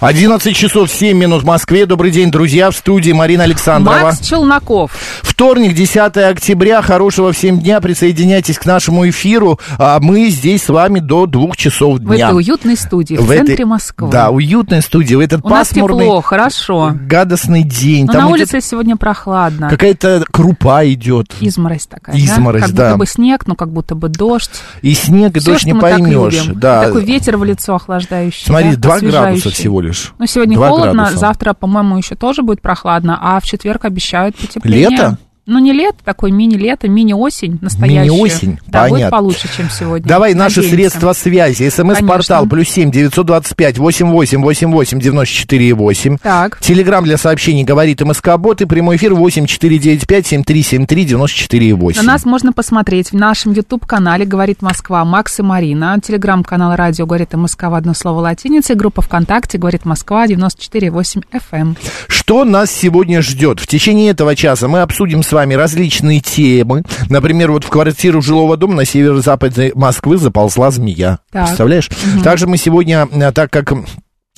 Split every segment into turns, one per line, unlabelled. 11 часов 7 минут в Москве. Добрый день, друзья. В студии Марина Александрова.
Макс Челноков.
Вторник, 10 октября. Хорошего всем дня. Присоединяйтесь к нашему эфиру. А мы здесь с вами до двух часов
В
дня.
этой уютной студии в,
В этой-
центре Москвы.
Да, уютная студия. В этот
У нас
пасмурный,
тепло, хорошо.
гадостный день.
Но
Там
на
идет
улице сегодня прохладно.
какая-то крупа идет.
Изморозь такая,
Изморозь,
да? Как
да.
будто бы снег, но как будто бы дождь.
И снег, и
Всё,
дождь
что
не
мы так
поймешь.
любим.
Да.
Такой ветер в лицо охлаждающий.
Смотри,
да,
2 градуса
освежающий.
всего лишь.
Ну, сегодня
Два
холодно,
градуса.
завтра, по-моему, еще тоже будет прохладно, а в четверг обещают потепление.
Лето?
Ну, не лето, такой мини-лето, мини-осень настоящая.
Мини-осень?
Да, будет
Понятно.
получше, чем сегодня.
Давай наши
Надеемся.
средства связи. СМС-портал
Конечно.
плюс семь девятьсот двадцать пять восемь восемь восемь восемь девяносто четыре восемь.
Так.
Телеграмм для сообщений говорит МСК Бот и прямой эфир восемь четыре девять пять семь три семь три девяносто четыре
На
восемь.
нас можно посмотреть в нашем YouTube-канале «Говорит Москва» Макс и Марина, телеграм-канал «Радио говорит МСК» в одно слово латиницей, группа ВКонтакте «Говорит Москва» 94,8 FM.
Что нас сегодня ждет? В течение этого часа мы обсудим с вами различные темы. Например, вот в квартиру жилого дома на северо-западе Москвы заползла змея.
Так.
Представляешь? Также мы сегодня, э, так как... м,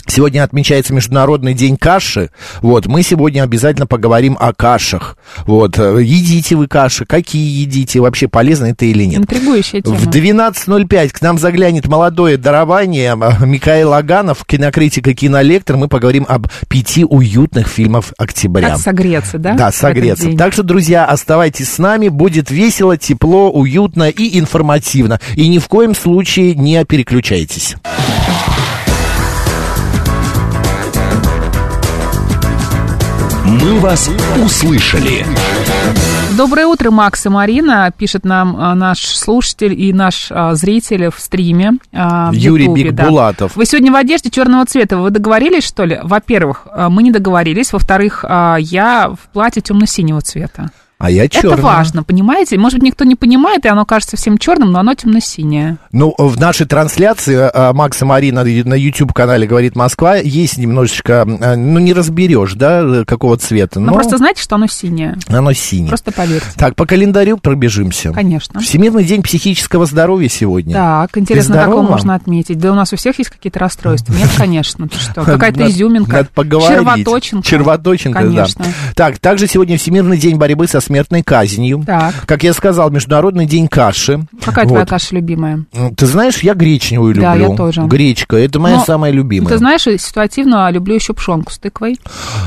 Сегодня отмечается Международный день каши. Вот, мы сегодня обязательно поговорим о кашах. Вот, э, едите вы каши, какие едите, вообще полезно это или нет.
Интригующая тема.
В 12.05 к нам заглянет молодое дарование э, Михаил Аганов, кинокритик и кинолектор. Мы поговорим об пяти уютных фильмов октября.
Как согреться, да? в
Да,
этот
согреться.
день?
Так что, друзья, оставайтесь с нами. Будет весело, тепло, уютно и информативно. И ни в коем случае не переключайтесь.
«Мы вас услышали».
Доброе утро, Макс и Марина, пишет нам а, наш слушатель и наш а, зритель в стриме. а, в
Юрий
Ютубе, да.
Бикбулатов.
Вы сегодня в одежде черного цвета. Вы договорились, что ли? Во-первых, а, мы не договорились. Во-вторых, а, я в платье темно-синего цвета.
А я черный.
Это важно, понимаете? Может быть, никто не понимает, и оно кажется всем черным, но оно темно-синее.
Ну, в нашей трансляции а, Макса Марина на YouTube-канале «Говорит Москва» есть немножечко, а, ну, не разберешь, да, э, какого цвета,
Но
но
Ну, просто знаете, что оно синее.
оно синее.
Просто поверьте.
Так, по календарю пробежимся.
Конечно.
Всемирный день психического здоровья сегодня.
Так, интересно, как его
здорова?
можно отметить? Да у нас у всех есть какие-то расстройства. Нет, конечно. ну Ты что? Какая-то
Надо-
изюминка.
Надо поговорить.
Червоточинка.
Червоточинка,
Конечно.
да. Так, также сегодня Всемирный день борьбы со смертной казнью.
Так.
Как я сказал, Международный день каши.
Какая твоя
Вот.
каша любимая?
М, Ты знаешь, я гречневую люблю.
Да, я тоже.
Гречка, это моя
Но
самая любимая.
Ну, Ты знаешь, э, ситуативно а, люблю еще пшенку с тыквой.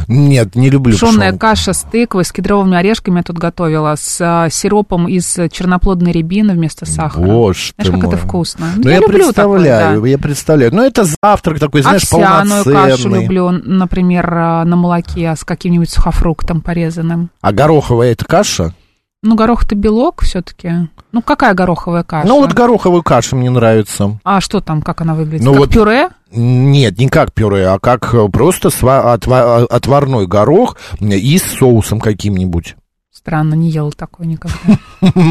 Нет, не люблю
Пшенная
пшёнку.
каша с тыквой, с кедровыми орешками я тут готовила, с а, сиропом из черноплодной рябины вместо сахара.
Боже
знаешь,
ты
как это
мой.
вкусно.
Ну, я,
люблю такое,
представляю,
да.
я представляю. Ну, это завтрак такой, знаешь,
Овсяную кашу
полноценный.
люблю, например, а, на молоке а, с каким-нибудь сухофруктом порезанным.
А гороховая это каша?
Ну, горох-то белок все-таки. Ну, какая гороховая каша?
Ну, вот гороховую кашу мне нравится.
А что там, как она выглядит?
Ну,
как
вот-
пюре?
Нет, не как пюре, а как э, просто сва- отва- э, отварной горох и с соусом каким-нибудь.
Странно, не ела такое никогда.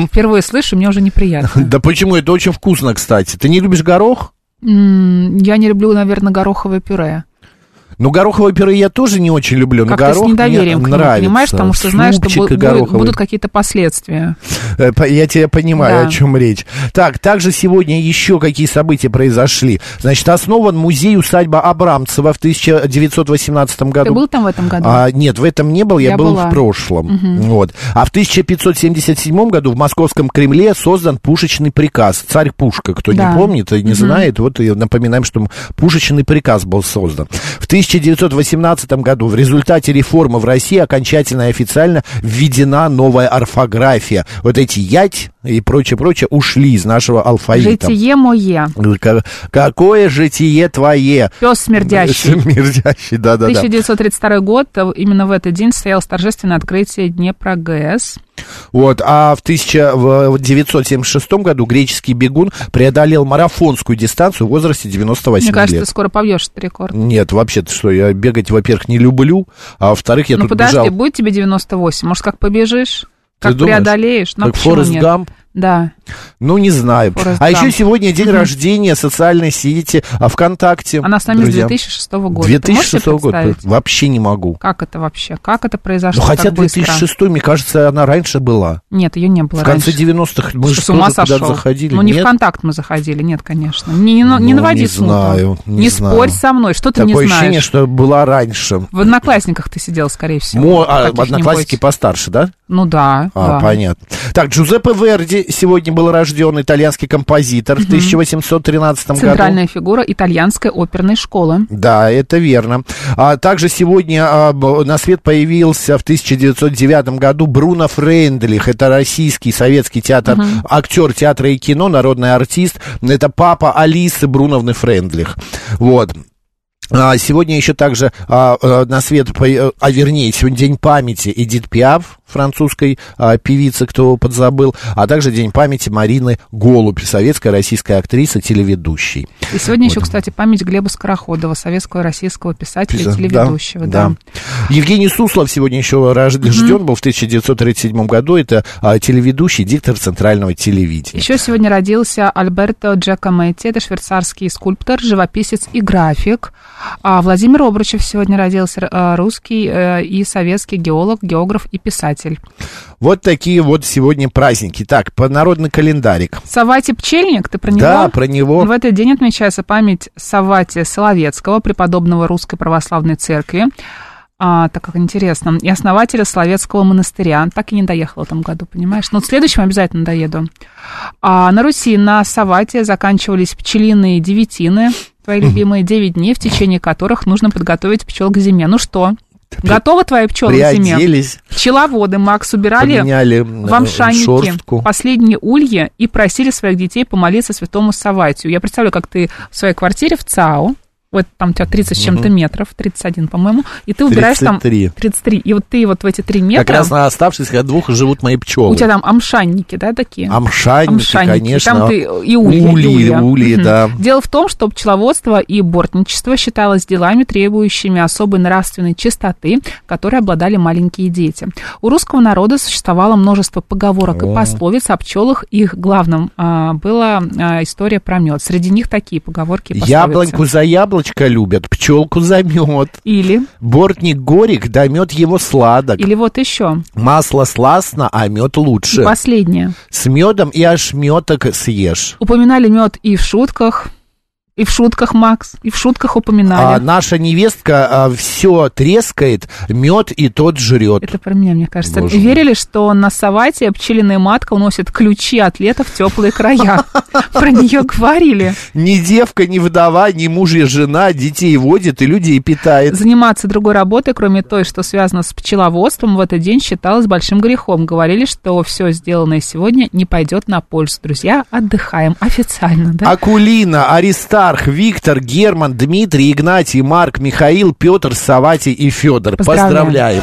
Впервые слышу, мне уже неприятно.
Да почему? Это очень вкусно, кстати. Ты не любишь горох?
М, Я не люблю, наверное, гороховое пюре.
Ну, гороховое пюре я тоже не очень люблю, но
Как-то с
горох
недоверием
мне
к нему,
нравится.
понимаешь, потому что знаешь, что
Супчик
бу-
и
будет-
гороховый.
будут какие-то последствия.
Э, по- Я тебя понимаю,
Да.
о чем речь. Так, также сегодня еще какие события произошли. Значит, основан музей усадьба Абрамцева в 1918 году.
Ты был там в этом году?
А, нет, в этом не был, я,
Я
был
была.
в прошлом. Вот. А в 1577 году в Московском Кремле создан пушечный приказ. Царь Пушка, кто
Да.
не помнит и не знает, вот и напоминаем, что пушечный приказ был создан. В 1900 1918 году в результате реформы в России окончательно и официально введена новая орфография. Вот эти ять и прочее-прочее ушли из нашего алфавита.
Житие мое.
Ка- Какое житие твое?
Пес смердящий.
Смердящий, да-да-да.
1932 год, э, именно в этот день состоялось торжественное открытие Днепра ГЭС.
Вот, а в 1976 году греческий бегун преодолел марафонскую дистанцию в возрасте 98
Мне кажется,
лет.
ты скоро побьешь этот рекорд.
Нет, вообще-то что, я бегать, во-первых, не люблю, а во-вторых, я
ну
тут
подожди,
бежал.
будет тебе 98, может, как побежишь?
Ты
Как
думаешь?
преодолеешь? Ну,
Как
почему
Форрест
нет?
Гамп?
Да.
Ну, не знаю.
Форрест
а еще
Гамп.
сегодня день рождения социальной сети а, ВКонтакте.
Она с нами с
друзья.
2006 года. Ты можешь себе
2006 года.
представить?
Вообще не могу.
Как это вообще? Как это
Ну,
произошло
хотя
так быстро?
2006, мне кажется, она раньше была.
Нет, ее не было
в конце
раньше.
90-х мы
Ты
же
что, с ума
тоже
сошел?
туда заходили.
Ну, не
Нет?
в контакт мы заходили, нет, конечно. Не, не,
Ну,
не наводи
не
смуту.
знаю, не знаю.
спорь со мной, что ты
Такое
не знаешь.
ощущение, что была раньше.
В одноклассниках ты сидел, скорее всего.
Мо- а,
каких-нибудь.
одноклассники постарше, да?
Ну да, да.
А, понятно. Так, Джузеппе Верди сегодня был рожден, итальянский композитор в 1813 году.
Центральная фигура итальянской оперной школы.
Да, это верно. А также сегодня а, б- на свет появился в 1909 году Бруно Фрейндлих. Это российский советский театр, актер театра и кино, народный артист. Это папа Алисы Бруновны Фрейндлих. Вот. А, Сегодня еще также а, э, на свет, по- э, а вернее, сегодня День памяти Эдит Пиаф, французской а, певицы, кто подзабыл, а также День памяти Марины Голубь, советская российская актриса, телеведущей.
И сегодня еще, кстати, память Глеба Скороходова, советского и российского писателя и
Пиза-
телеведущего.
да, да. Евгений Суслов сегодня еще рожден был в 1937 году. Это а, телеведущий, диктор центрального телевидения.
Еще сегодня родился Альберто Джакометти, это швейцарский скульптор, живописец и график. А Владимир Обручев сегодня родился, р- э, русский э, и советский геолог, географ и писатель.
Вот такие вот сегодня праздники. Так, по народный календарик.
Савати Пчельник, ты про него?
Да, про него.
В этот день отмечается память Саватия Соловецкого, преподобного Русской Православной Церкви. А, так как интересно. И основателя Соловецкого монастыря. Так и не доехала в этом году, понимаешь? Ну, Но в следующем обязательно доеду. А на Руси на Савате заканчивались пчелиные девятины, твои любимые девять дней, в течение которых нужно подготовить пчел к зиме. Ну что, готовы твои пчелы к зиме?
Приоделись,
Пчеловоды, Макс, убирали
поменяли
вам
э,
шаники,
шорстку.
последние улья и просили своих детей помолиться святому Саватию. Я представляю, как ты в своей квартире в ЦАУ, вот там у тебя 30 с чем-то метров, 31, по-моему, и ты убираешь там
33.
33, и вот ты вот в эти 3 метра,
Как раз на оставшихся двух живут мои пчелы.
у тебя там амшанники, да, такие?
Амшанники,
Амшанники,
конечно.
там ты и улья, и
Ули,
улья.
ули, да.
Дело в том, что пчеловодство и бортничество считалось делами, требующими особой нравственной чистоты, которой обладали маленькие дети. У русского народа существовало множество поговорок и пословиц о пчелах. Их главным а, была а, история про мед. Среди них такие поговорки и пословицы.
Яблоньку за яблочко любят, пчелку за мед.
Или,
Бортник горек, да мед его сладок.
или вот еще.
Масло сластно, а мед
И
лучше.
последнее.
С медом и ошметок съешь.
Упоминали мед и в шутках, и в шутках, Макс, и в шутках упоминали.
А наша невестка все трескает, мед и тот жрет.
Это про меня, мне кажется.
Боже мой.
Верили, что на Савате пчелиная матка уносит ключи от лета в теплые края. Про нее говорили.
Ни девка, ни вдова, ни муж и жена детей водит и людей питает.
Заниматься другой работой, кроме той, что связано с пчеловодством, в этот день считалось большим грехом. Говорили, что все сделанное сегодня не пойдет на пользу. Друзья, отдыхаем официально,
А
да?
Акулина, Аристарх, Виктор, Герман, Дмитрий, Игнатий, Марк, Михаил, Петр, Саватий и Федор.
Поздравляем.
Поздравляем.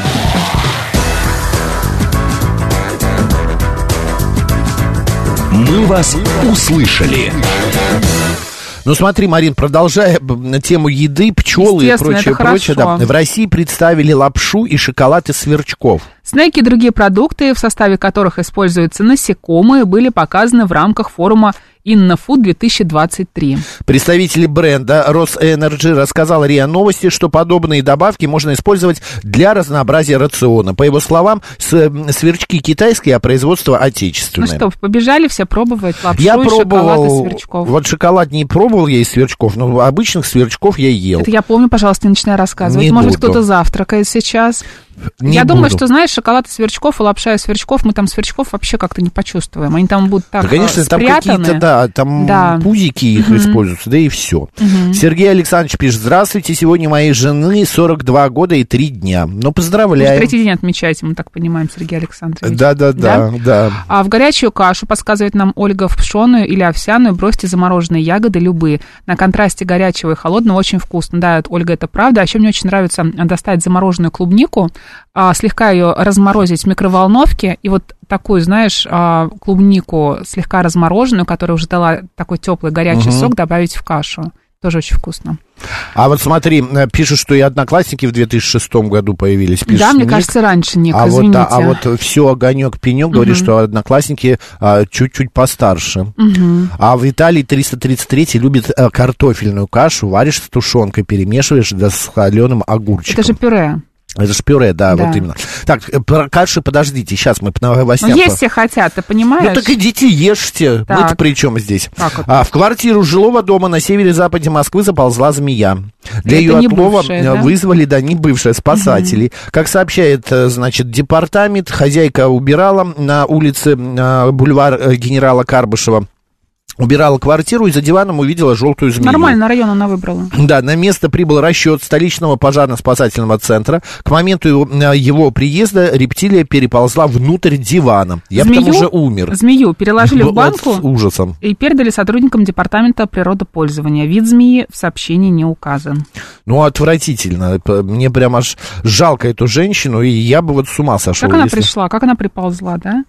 «Мы вас услышали».
Ну смотри, Марин, продолжая б, тему еды, пчелы и
Естественно,
прочее,
это
прочее. да.
хорошо.
в России представили лапшу и шоколад из сверчков.
Снеки и другие продукты, в составе которых используются насекомые, были показаны в рамках форума «Иннофуд 2023».
Представители бренда Росэнерджи рассказал РИА Новости, что подобные добавки можно использовать для разнообразия рациона. По его словам, с- м, сверчки китайские, а производство
Ну
отечественное.
что, побежали все пробовать лапшу
я
и шоколад из
пробовал,
сверчков.
вот шоколад не пробовал я из сверчков, но обычных сверчков я ел.
Это я помню, пожалуйста, не начинай рассказывать.
Не
Может,
буду.
кто-то завтракает сейчас.
Не
Я думаю,
буду.
что, знаешь, шоколад из сверчков и лапша из сверчков, мы там сверчков вообще как-то не почувствуем. Они там будут так
Да, конечно,
э,
там
спрятаны.
какие-то, да, там
Да.
пузики их используются, да и все. Сергей Александрович пишет, здравствуйте, сегодня моей жены 42 года и 3 дня. Ну,
Вы же
поздравляем.
третий день отмечаете, мы так понимаем, Сергей Александрович.
Да-да-да, да.
А в горячую кашу, подсказывает нам Ольга, в пшеную или овсяную бросьте замороженные ягоды любые. На контрасте горячего и холодного очень вкусно. Да, это, Ольга, это правда. А еще мне очень нравится а, достать замороженную клубнику, а, слегка ее разморозить в микроволновке, и вот такую, знаешь, а, клубнику слегка размороженную, которая уже дала такой теплый горячий сок, добавить в кашу. Тоже очень вкусно.
А вот смотри, э, пишут, что и одноклассники в 2006 году появились. пишет
да, мне
Ник.
кажется, раньше, Ник,
а вот,
извините.
да, а вот все огонек пенек говорит, что одноклассники а, чуть-чуть постарше. А в Италии 333 любит э, картофельную кашу, варишь с тушенкой, перемешиваешь да, с холеным огурчиком.
Это же пюре.
Это ж пюре, да,
Да.
вот именно. Так, э, про каши подождите, сейчас мы по новостям.
Ну, есть
по-
все хотят, ты
Ну
понимаешь?
так идите, ешьте.
Так.
Мы-то при чем здесь?
Как это?
А, в квартиру жилого дома на севере-западе Москвы заползла змея.
Это
Для ее
не
отлова
бывшая,
э,
да?
вызвали, да, не бывшие спасатели. Как сообщает, э, значит, департамент, хозяйка убирала на улице э, бульвар э, генерала Карбышева. Убирала квартиру и за диваном увидела желтую змею.
Нормально, район она выбрала.
Да, на место прибыл расчет столичного пожарно-спасательного центра. К моменту его, э, его приезда рептилия переползла внутрь дивана. Я бы там
Змею?
уже умер. Ну,
Змею переложили в
Б- вот С
банку
ужасом.
и передали сотрудникам департамента природопользования. Вид змеи в сообщении не указан.
Ну, отвратительно. П- Мне прям аж жалко эту женщину, и я бы вот с ума сошел.
Как она
если-
пришла? Как она приползла, да?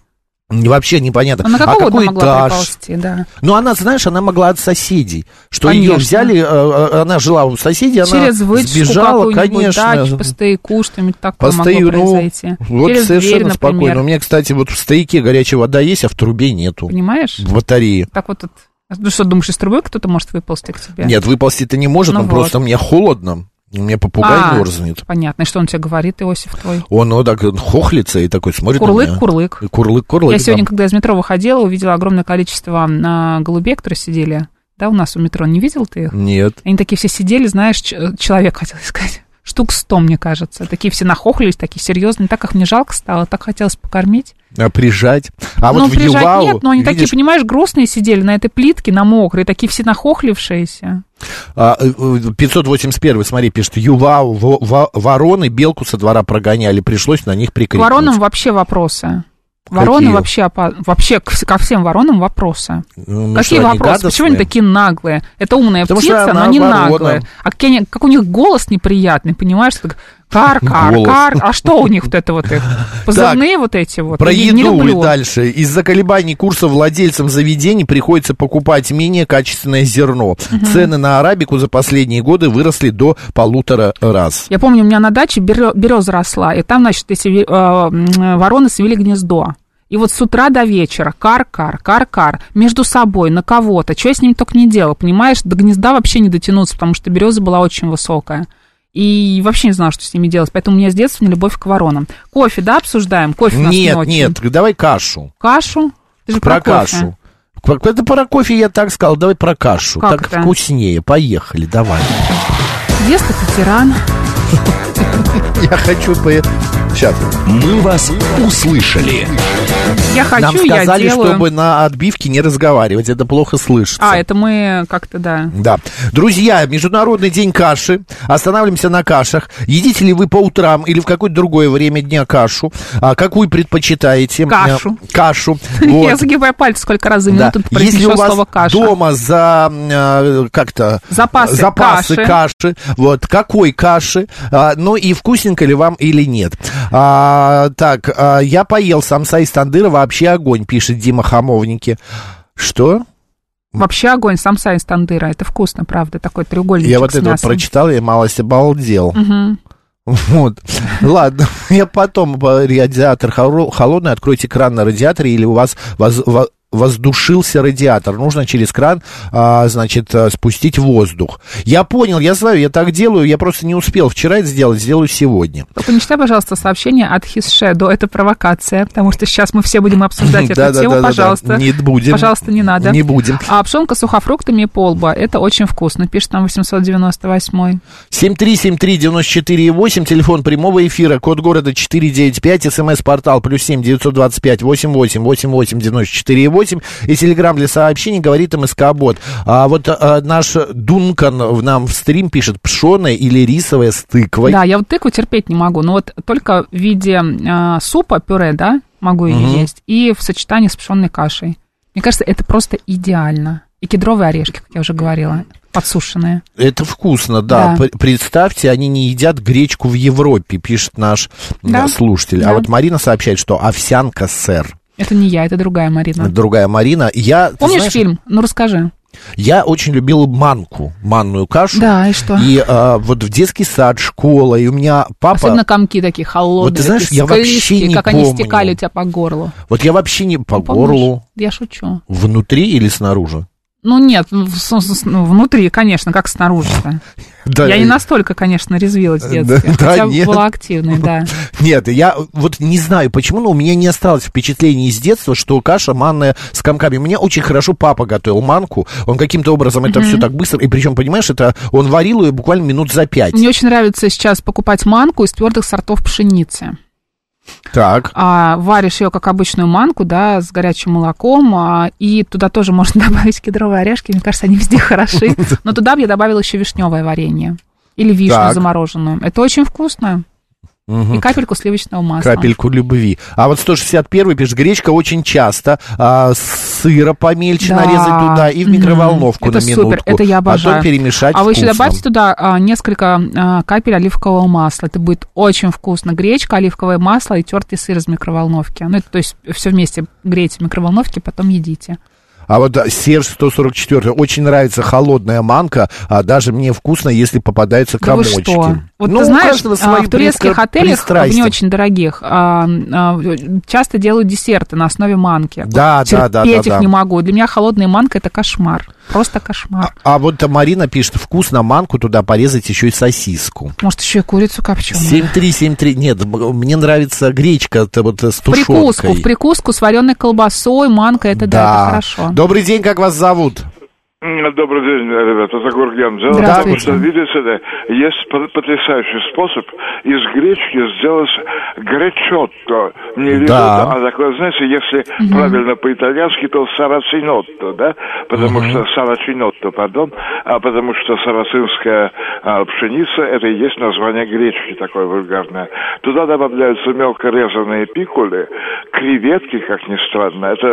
Вообще непонятно.
Она
а
какого
какой
она могла
этаж?
приползти, да?
Ну, она, знаешь, она могла от соседей. Что ее
Конечно.
взяли, э, э, она жила у соседей, она
Через вытяжку
сбежала,
какую-нибудь,
конечно.
да, по стояку, что-нибудь такое
Постою,
могло
ну,
произойти.
вот
Через
совершенно
дверь, например.
спокойно. У меня, кстати, вот в стояке горячая вода есть, а в трубе нету.
Понимаешь?
В батарее.
Так вот, тут. ну что, думаешь, из трубы кто-то может выползти к тебе?
Нет, выползти-то не может,
Ну
он
вот.
просто мне холодно. И Мне попугай
А,
мерзнет.
Понятно. И что он тебе говорит, Иосиф твой?
Он вот так вот хохлится и такой смотрит на меня.
Курлык, курлык.
И Курлык, курлык.
Я
да.
сегодня, когда из метро выходила, увидела огромное количество а, голубей, которые сидели. Да, у нас у метро. Не видел ты их?
Нет.
Они такие все сидели, знаешь, ч- человек хотел сказать. Штук сто, мне кажется. Такие все нахохлились, такие серьезные. Так их мне жалко стало, так хотелось покормить.
А прижать. А
Ну,
вот в
прижать
Ювау,
нет, но они типа такие,
видишь,
понимаешь, грустные сидели на этой плитке, на мокрой, такие все нахохлившиеся.
а, э, э, 581, смотри, пишет, Ювау, во- во- вороны белку со двора прогоняли, пришлось на них
К
прикрикнуть.
воронам вообще вопросы. Вороны
Какие?
вообще, опа- вообще к вс- ко всем воронам вопросы.
Ну,
Какие
что, они
вопросы? Почему они
гадостные?
такие наглые? Это умная
Потому что
птица, но
она
они
ворона.
наглые. А какие они- как у них голос неприятный, понимаешь? Так, кар, кар,
Голос.
кар. А что у них вот это вот их? Позывные вот эти вот?
Про
Я не
еду и
люблю.
дальше. Из-за колебаний курса владельцам заведений приходится покупать менее качественное зерно. Цены на арабику за последние годы выросли до полутора раз.
Я помню, у меня на даче берё- береза росла, и там, значит, эти ве- э, м, вороны свели гнездо. И вот с утра до вечера кар-кар, кар-кар, между собой, на кого-то. Что я с ними только не делала, понимаешь? До гнезда вообще не дотянуться, потому что береза была очень высокая. И вообще не знала, что с ними делать. Поэтому у меня с детства не любовь к воронам. Кофе, да, обсуждаем? Кофе у нас не
Нет,
очень.
нет, давай кашу.
Кашу? Ты же
Про,
про, кофе.
кашу. Про- Это про кофе я так сказал, давай про кашу.
Как
так
это?
вкуснее. Поехали, давай.
Детство ты тиран.
Я хочу по... Сейчас.
«Мы вас услышали».
Я хочу,
Нам сказали,
я делаю.
чтобы на отбивке не разговаривать. Это плохо слышится.
А, это мы как-то, да.
Да. Друзья, Международный день каши. Останавливаемся на кашах. Едите ли вы по утрам или в какое-то другое время дня кашу? А какую предпочитаете?
Кашу.
Э, Кашу.
Я
Вот.
загибаю пальцы сколько раз за
Да.
минуту да.
Если у вас
слово каша.
дома за э, как-то
Запасы
запасы каши. вот какой каши, а, ну и вкусненько ли вам или нет. А, так, а, я поел самса из тандыра вообще огонь, пишет Дима Хамовники. Что?
Вообще огонь, самса из тандыра. Это вкусно, правда, такой треугольничек
Я вот
с
это вот
мясом.
прочитал, я малость обалдел.
Мгм.
Вот. Ладно, я потом э, радиатор хоро- холодный, откройте кран на радиаторе, или у вас воз- во- воздушился радиатор. Нужно через кран, а, значит, а, спустить воздух. Я понял, я знаю, я так делаю, я просто не успел вчера это сделать, сделаю сегодня.
Только не читай, пожалуйста, сообщение от His Shadow. Это провокация, потому что сейчас мы все будем обсуждать эту
Да-да-да-да-да.
тему. Пожалуйста.
Не будем.
Пожалуйста, не надо.
Не будем.
А пшенка с сухофруктами и полба. Это очень вкусно. Пишет нам 898
7373948, телефон прямого эфира, код города 495, смс-портал плюс 7 925 88 88 948 и телеграмм для сообщений говорит МСК-бот. А вот а, наш Дункан в нам в стрим пишет пшеная или рисовая с тыквой.
Да, я вот тыкву терпеть не могу. Но вот только в виде а, супа, пюре, да, могу ее есть. И в сочетании с пшенной кашей. Мне кажется, это просто идеально. И кедровые орешки, как я уже говорила, подсушенные.
Это вкусно,
Да.
да. Пр- Представьте, они не едят гречку в Европе, пишет наш м,
Да.
слушатель. А
Да.
вот Марина сообщает, что овсянка, сэр.
Это не я, это другая Марина.
Другая Марина. Я, ты
Помнишь
Ну, знаешь,
фильм? Ну расскажи.
Я очень любил манку, манную кашу.
Да, и что?
И а, вот в детский сад, школа, и у меня папа...
Особенно комки такие холодные,
Вот ты знаешь,
такие
я вообще
склизкие,
не
как они
помню.
стекали у тебя по горлу.
Вот я вообще не по
Помнишь?
горлу,
Я шучу.
внутри или снаружи?
Ну нет, в- с- с- ну, внутри, конечно, как снаружи-то.
Да, э,
Я не настолько, конечно, резвилась в детстве.
Да,
хотя
нет.
была активной, да.
Нет, я вот не знаю почему, но у меня не осталось впечатлений из детства, что каша манная с комками. Мне очень хорошо папа готовил манку, он каким-то образом это все так быстро, и причем, понимаешь, это он варил ее буквально минут за пять.
Мне очень нравится сейчас покупать манку из твердых сортов пшеницы.
Так.
А, варишь ее, как обычную манку, да, с горячим молоком, а, и туда тоже можно добавить кедровые орешки, мне кажется, они везде хороши. Но туда бы я добавила еще вишневое варенье или вишню
Так.
замороженную. Это очень вкусно.
Мгм.
И капельку сливочного масла.
Капельку любви. А вот 161 пишет, гречка очень часто, а, сыра помельче
Да.
нарезать туда и в
Мгм.
микроволновку
это
на минутку.
супер, это я обожаю.
Потом перемешать
А вы еще
вкусно.
добавьте туда а, несколько а, капель оливкового масла. Это будет очень вкусно. Гречка, оливковое масло и тертый сыр из микроволновки. Ну, это, то есть все вместе греете в микроволновке, потом едите.
А вот а, Серж 144. Очень нравится холодная манка, а даже мне вкусно, если попадаются
Да вы
комочки.
что? Вот
Ну, у
ты знаешь,
каждого
а,
свои
в турецких
пристра-
отелях, в не
пристрастия.
очень дорогих, а, а, часто делают десерты на основе манки.
Да,
Вот
да, да, да,
терпеть
да.
их не могу. Для меня холодная манка – это кошмар. Просто кошмар.
А вот а, Марина пишет, вкусно манку туда порезать еще и сосиску.
Может, еще и курицу копченую.
7373. Нет, м- мне нравится гречка это вот э, с тушенкой.
прикуску, в прикуску с вареной колбасой, манкой, это да, это хорошо.
Добрый день, как вас зовут?
М, Добрый день, ребята. Это Гурген. Дело в
Здравствуйте.
том, что, видите ли, есть пот- потрясающий способ из гречки сделать гречотто. Не ризотто,
Да.
а такое, знаете, если правильно по-итальянски, то сарацинотто, да? Потому что сарацинотто, пардон, а потому что сарацинская а, пшеница, это и есть название гречки такое вульгарное. Туда добавляются мелко резанные пикули, креветки, как ни странно. Это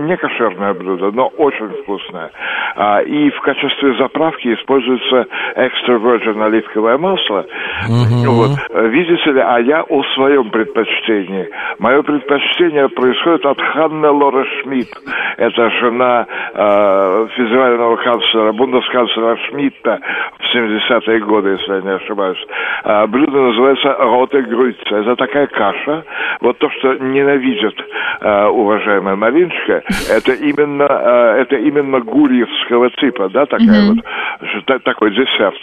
не кошерное блюдо, но очень вкусное. А, и в качестве заправки используется extra virgin оливковое масло. Ну вот, э, видите ли, а я о своем предпочтении. Мое предпочтение происходит от Ханны Лоры Шмидт. Это жена э, федерального канцлера, бундесканцлера Шмидта в 70-е годы, если я не ошибаюсь. Э, блюдо называется роте грюйца. Это такая каша. Вот то, что ненавидит э, уважаемая Мариночка, это именно, э, это именно гурьевского типа, да, такая вот, что та- такой десерт.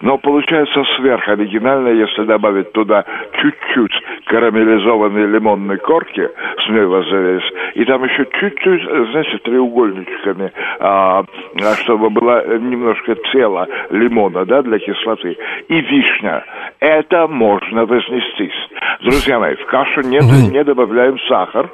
Но получается сверхоригинально, если добавить туда чуть-чуть карамелизованной лимонной корки, смею вас заверить, и там еще чуть-чуть, э, знаете, треугольничками, а, а, чтобы было немножко тела лимона, да, для кислоты, и вишня. Это можно вознестись. Друзья мои, в кашу нет, не добавляем сахар.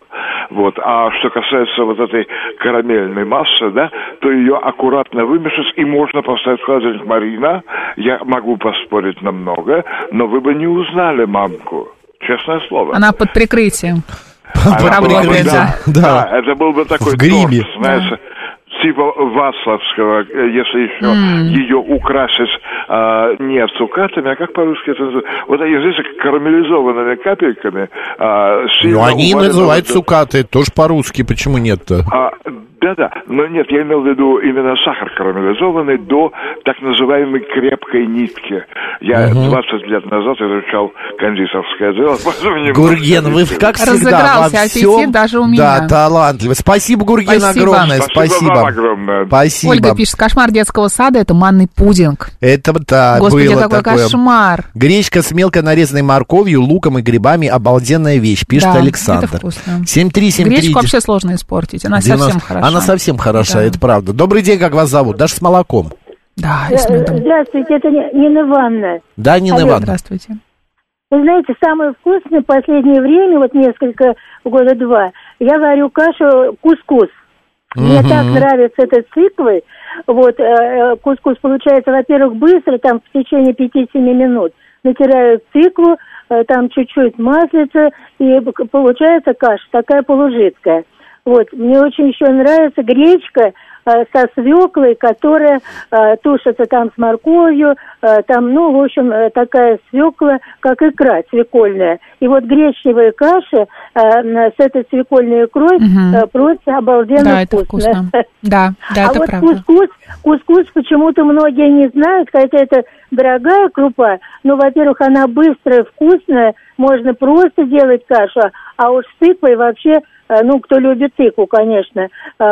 Вот. А что касается вот этой карамельной массы, да, то ее аккуратно вымешать и можно поставить в холодильник. Марина, я могу поспорить на многое, но вы бы не узнали мамку. Честное слово.
Она под прикрытием.
Она была А бы,
Работает,
да,
да.
да, это был бы такой
В гриме.
торт, знаешь, типа Вацлавского, э, если еще ее украсить а, не цукатами, а как по-русски это называется? Вот они, знаете, карамелизованными капельками. а, сильно
Ну, они
уваренного-
называют цукаты, тоже по-русски, почему нет-то?
А, Да-да, но нет, я имел в виду именно сахар карамелизованный до так называемой крепкой нитки. Я 20 лет назад изучал кондитерское дело, поэтому немножко
Гурген, вы
лечил.
как всегда
Разыгрался
во
аппетит
всем-
даже у меня.
Да, талантливый. Спасибо, Гурген,
Спасибо.
огромное.
Спасибо
Спасибо.
вам огромное.
Спасибо.
Ольга пишет, кошмар детского сада – это манный пудинг.
Это вот, да,
Господи,
было
какой
такое.
кошмар.
Гречка с мелко нарезанной морковью, луком и грибами – обалденная вещь, пишет
Да, это
Александр.
вкусно.
7373.
Гречку вообще сложно испортить, она
90.
совсем хороша.
Она совсем хороша,
Да.
это правда. Добрый день, как вас зовут? Даже с молоком.
Да, и с медом.
Э, Здравствуйте, это Ни- Нина Ивановна.
Да, Нина
Алло.
Ивановна?
Здравствуйте.
Вы знаете, самое вкусное в последнее время, вот несколько, года два, я варю кашу кускус. Мне так нравится этот циклы. Вот, э, э, кускус получается, во-первых, быстро, там в течение 5-7 минут. Натираю циклу, э, там чуть-чуть маслица, и к- получается каша такая полужидкая. Вот, мне очень еще нравится гречка э, со свеклой, которая э, тушится там с морковью, э, там, ну, в общем, э, такая свекла, как икра свекольная. И вот гречневая каша э, м, с этой свекольной икрой э, просто обалденно
Да, это вкусно. Да, да,
а
это
вот
правда.
кускус, кускус почему-то многие не знают, хотя это дорогая крупа. Ну, во-первых, она быстрая, вкусная, можно просто делать кашу, а уж с тыквой вообще, э, ну, кто любит тыкву, конечно, э,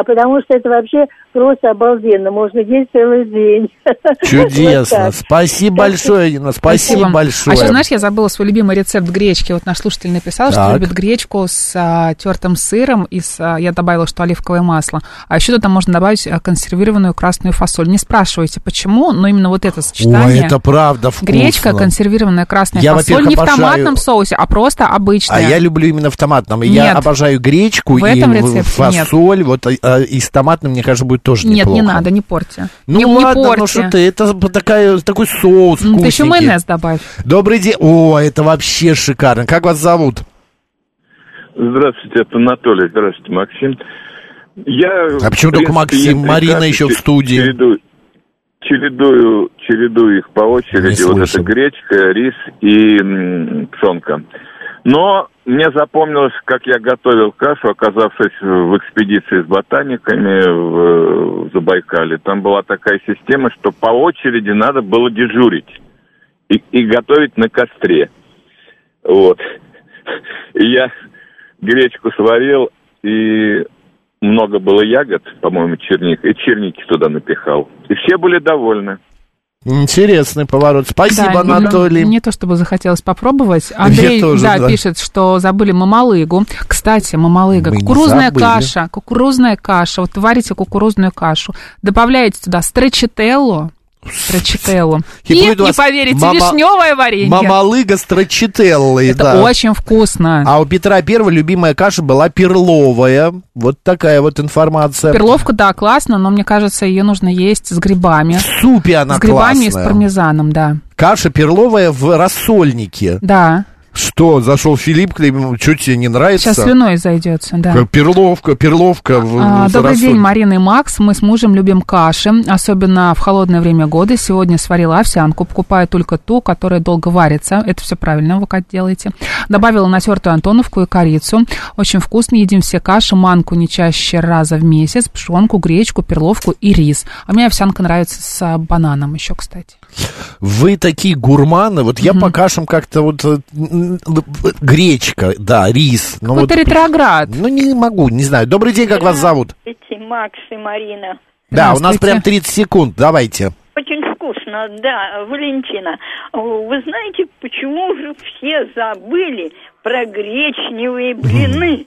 потому что это вообще просто обалденно, можно есть целый день.
Чудесно.
Вот так.
Спасибо большое, Нина. Спасибо, большое.
А еще, знаешь, я забыла свой любимый рецепт гречки. Вот наш слушатель написал, что
Так.
любит гречку с а, тертым сыром и с, а, я добавила, что оливковое масло. А еще туда можно добавить а, консервированную красную фасоль. Не спрашивайте, почему, но именно вот это
Ой,
сочетание.
это правда вкусно.
Гречка, консервированная красная
Я,
фасоль
во-первых,
не в
обожаю-
томатном соусе, а просто обычная.
А я люблю именно в томатном. И Я
Нет.
обожаю гречку
В
и
этом рецепте нет.
фасоль. Вот а, а, и с томатным, мне кажется, будет тоже
Нет,
неплохо.
не надо, не порти.
Ну
не, не
ладно, ну
порти.
что ты, это такая, такой соус
Ну, Ты еще
вкусненький.
майонез добавь.
Добрый день. О, это вообще шикарно. Как вас зовут?
Здравствуйте, это Анатолий. Здравствуйте, Максим. Я,
А почему
в принципе,
только Максим?
если
Марина
так,
еще в
че-
студии.
Чередую, чередую, чередую их по очереди.
Не
вот это
слышим.
гречка, рис и м, пшенка. Но мне запомнилось, как я готовил кашу, оказавшись в экспедиции с ботаниками в, э, в Забайкале. Там была такая система, что по очереди надо было дежурить и, и готовить на костре. Вот. И я гречку сварил, и много было ягод, по-моему, черник, и черники туда напихал. И все были довольны.
Интересный поворот. Спасибо,
Да,
Анатолий.
м, Не то чтобы захотелось попробовать. Андрей
тоже,
да,
да.
пишет, что забыли мамалыгу. Кстати, мамалыга,
Мы не
кукурузная
забыли.
каша, кукурузная каша. Вот варите кукурузную кашу, добавляете туда строчителлу, строчителлу.
И
И,
будет у
не
вас
поверите,
мама-
вишневое варенье.
Мамалыга с трочителлой,
Это
да.
очень вкусно.
А у Петра Первого любимая каша была перловая. Вот такая вот информация.
Перловка, да, классно, но мне кажется, ее нужно есть с грибами.
В супе она
с грибами и с
классная.
пармезаном, да.
Каша перловая в рассольнике.
Да.
Что, зашел Филипп Климович, что тебе не нравится?
Сейчас слюной зайдется, да.
Как Перловка, перловка в,
А,
в
Добрый
рассольнике.
день, Марина и Макс. Мы с мужем любим каши, особенно в холодное время года. Сегодня сварила овсянку, покупаю только ту, которая долго варится. Это все правильно, вы как делаете. Добавила натертую антоновку и корицу. Очень вкусно, едим все каши, манку не чаще раза в месяц, пшенку, гречку, перловку и рис. А мне овсянка нравится с а, бананом еще, кстати.
Вы такие гурманы. Вот я по кашам как-то вот... э, м, Гречка, да, рис. Ну,
Вот
вот,
ретроград.
ну, не могу, не знаю. Добрый день, как вас зовут?
Эти Макс и Марина.
Да, у нас
Здравствуйте.
прям 30 секунд, давайте.
Очень вкусно, да, Валентина. Вы знаете, почему же все забыли про гречневые блины?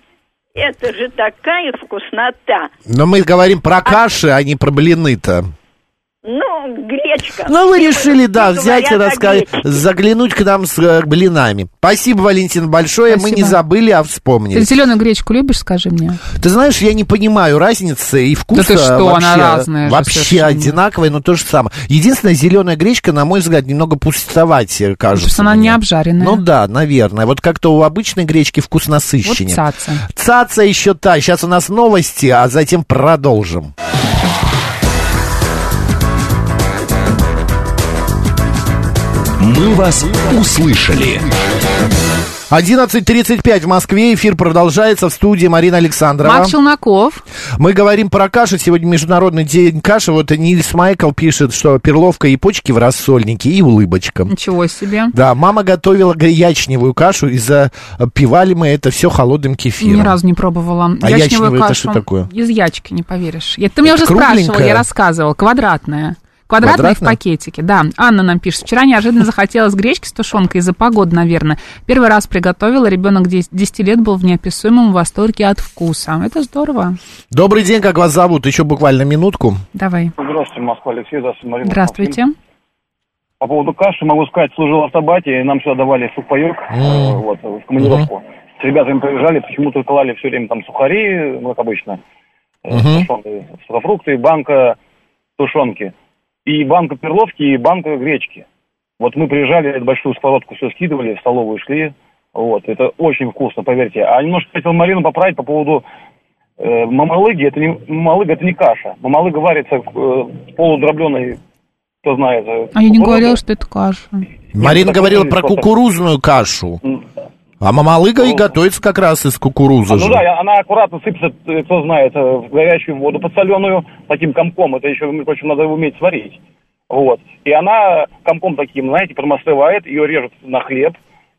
Это же такая вкуснота.
Но мы говорим про каши, а не про блины-то.
Ну, гречка. Типа,
Ну,
Типа,
вы решили, да,
говорят
взять и
о
рассказать,
гречке.
заглянуть к нам с э, блинами. Спасибо, Валентин, большое. Мы не
Спасибо.
забыли, а
Ты
вспомнили.
зеленую гречку любишь, скажи мне?
Ты знаешь, я не понимаю разницы и вкуса.
ты что,
вообще,
она разная же
Вообще
совершенно.
одинаковая, но то же самое. Единственная зеленая гречка, на мой взгляд, немного пустовать, э, кажется.
Потому что она не
мне.
обжаренная.
Ну да, наверное. Вот как-то у обычной гречки вкус
вот
насыщеннее.
цаца.
Цаца еще та. Сейчас у нас новости, а затем продолжим.
«Мы вас услышали».
11.35 в Москве. Эфир продолжается в студии Марина Александрова.
Марк Челноков.
Мы говорим про кашу. Сегодня Международный день каши. Вот Нильс Майкл пишет, что перловка и почки в рассольнике и улыбочка.
Ничего себе.
Да, мама готовила гаячневую кашу, и запивали мы это все холодным кефиром.
Ни разу не пробовала.
А ячневая это что такое?
Из ячки, не поверишь. Я- Ты меня
Это
уже спрашивал,
кругленькая?
я рассказывал. Квадратная. Квадратная в
Квадратная?
пакетике, да. Анна нам пишет. Вчера неожиданно захотелось гречки с тушенкой из-за погоды, наверное. Первый раз приготовила. Ребенок 10 10 лет был в неописуемом восторге от вкуса. Это здорово.
Добрый день, как вас зовут? Еще буквально минутку.
Давай.
Здравствуйте, Москва, Алексей, здравствуйте, Марина.
Здравствуйте.
По поводу каши могу сказать, служил в автобате, и нам сюда давали сухпайок э, вот, в командировку. С ребятами приезжали, почему-то клали все время там сухари, ну, как обычно, э,
Мгм.
тушёные сухофрукты, банка тушенки, и банка перловки, и банка гречки. Вот мы приезжали, эту большую сковородку все скидывали, в столовую шли, вот, это очень вкусно, поверьте. А немножко хотел Марину поправить по поводу э, мамалыги, это не, мамалыга это не каша. Мамалыга варится э, в полудробленой, кто знает. э,
А я не
кукурузы.
говорила, что это каша.
Марина
так
говорила
и
про
что-то.
кукурузную кашу. А мамалыга и готовится как раз из
Ну. А,
кукурузы
ну
же.
да, и она аккуратно сыпется, э, кто знает, э, в горячую воду, подсоленную, таким комком. Это еще, между прочим, надо уметь сварить. Вот. И она комком таким, знаете, промастывает, ее режут на хлеб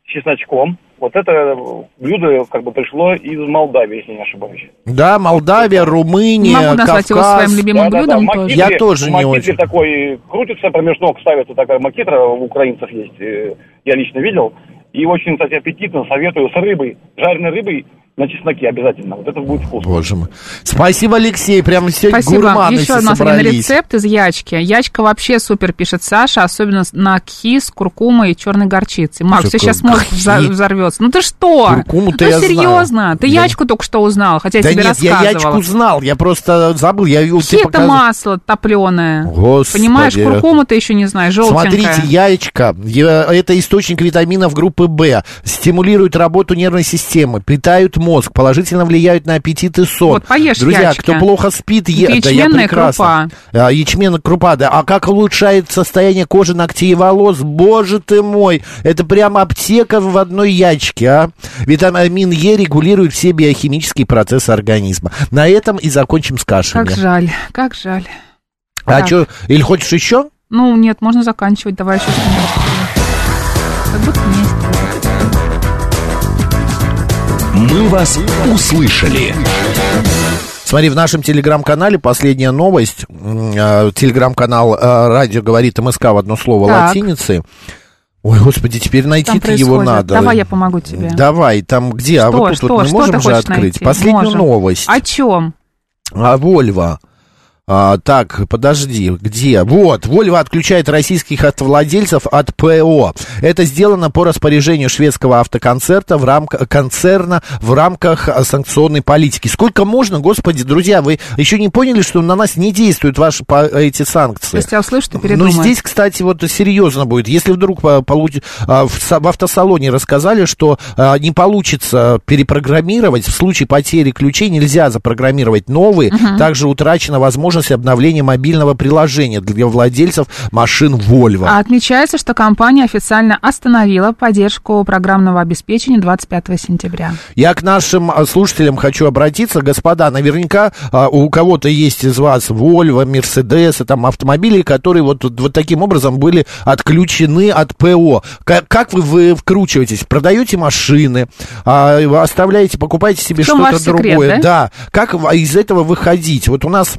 с чесночком. Вот это блюдо как бы пришло из Молдавии, если не ошибаюсь.
Да, Молдавия, Румыния,
Могу назвать
Кавказ.
его своим любимым
Да-да-да,
блюдом
макитри-
тоже.
Я тоже не
макитри
очень.
такой крутится, промеж ног ставится такая макитра, у украинцев есть, э, я лично видел. И очень, кстати, аппетитно советую с рыбой, жареной рыбой на чесноке обязательно. Вот это будет вкусно.
Боже мой. Спасибо, Алексей. Прям сегодня
Спасибо.
гурманы
Еще
все
у нас один
собрались.
рецепт из ячки. Ячка вообще супер, пишет Саша, особенно с- на кхи с куркумой и черной горчицей. Марк,
Что
все сейчас
такое
мозг
кхи?
вза- взорвется. Ну ты что?
Куркуму-то
ну
я знаю.
серьезно, ты ячку только что узнал, хотя
да
я тебе
нет, я
рассказывала.
ячку знал, я просто забыл, я ее
Кхи
тебе
это
показывал.
масло топленое.
Господи.
Понимаешь, куркуму ты еще не знаешь, желтенькая.
Смотрите, яичко – это источник витаминов группы В, стимулирует работу нервной системы, питают мозг, положительно влияют на аппетит и сон.
Вот, поешь
Друзья,
яичко.
кто плохо спит, е...
Это
да я
ячменная
прекрасно. А, Ячменная крупа, да. А как улучшает состояние кожи, ногтей и волос? Боже ты мой, это прямо аптека в одной ячке, а? Витамин Е регулирует все биохимические процессы организма. На этом и закончим с кашами.
Как жаль, как жаль.
А
Так.
что, или хочешь еще?
Ну нет, можно заканчивать, давай еще что-нибудь. Как будто не
«Мы вас услышали».
Смотри, в нашем телеграм-канале последняя новость. М, э, Телеграм-канал э, «Радио говорит МСК» в одно слово
Так.
латиницы. Ой, господи, теперь
там
найти-то его
происходит.
надо.
Давай я помогу тебе.
Давай, там где? а вот тут вот мы можем же открыть? Последнюю
Можем.
новость.
О чем?
А Вольво. А, так, подожди, где? Вот, Вольво отключает российских автовладельцев от ПО. Это сделано по распоряжению шведского автоконцерта в рамках концерна в рамках а, санкционной политики. Сколько можно, господи, друзья, вы еще не поняли, что на нас не действуют ваши по- эти санкции?
Если я услышу, ты
Ну,
передумаешь.
здесь, кстати, вот серьезно будет. Если вдруг по- получ- а, в, са- в автосалоне рассказали, что а, не получится перепрограммировать, в случае потери ключей нельзя запрограммировать новые.
Мгм.
Также утрачена возможность обновления мобильного приложения для владельцев машин Volvo.
А Отмечается, что компания официально остановила поддержку программного обеспечения 25 сентября.
Я к нашим а, слушателям хочу обратиться. Господа, наверняка а, у кого-то есть из вас Volvo, Mercedes, и там автомобили, которые вот, тут вот таким образом были отключены от ПО. Как, как вы, вы вкручиваетесь? Продаете машины, а, оставляете, покупаете себе
В чем
что-то
ваш секрет,
другое.
да?
да. Как в- из этого выходить? Вот у нас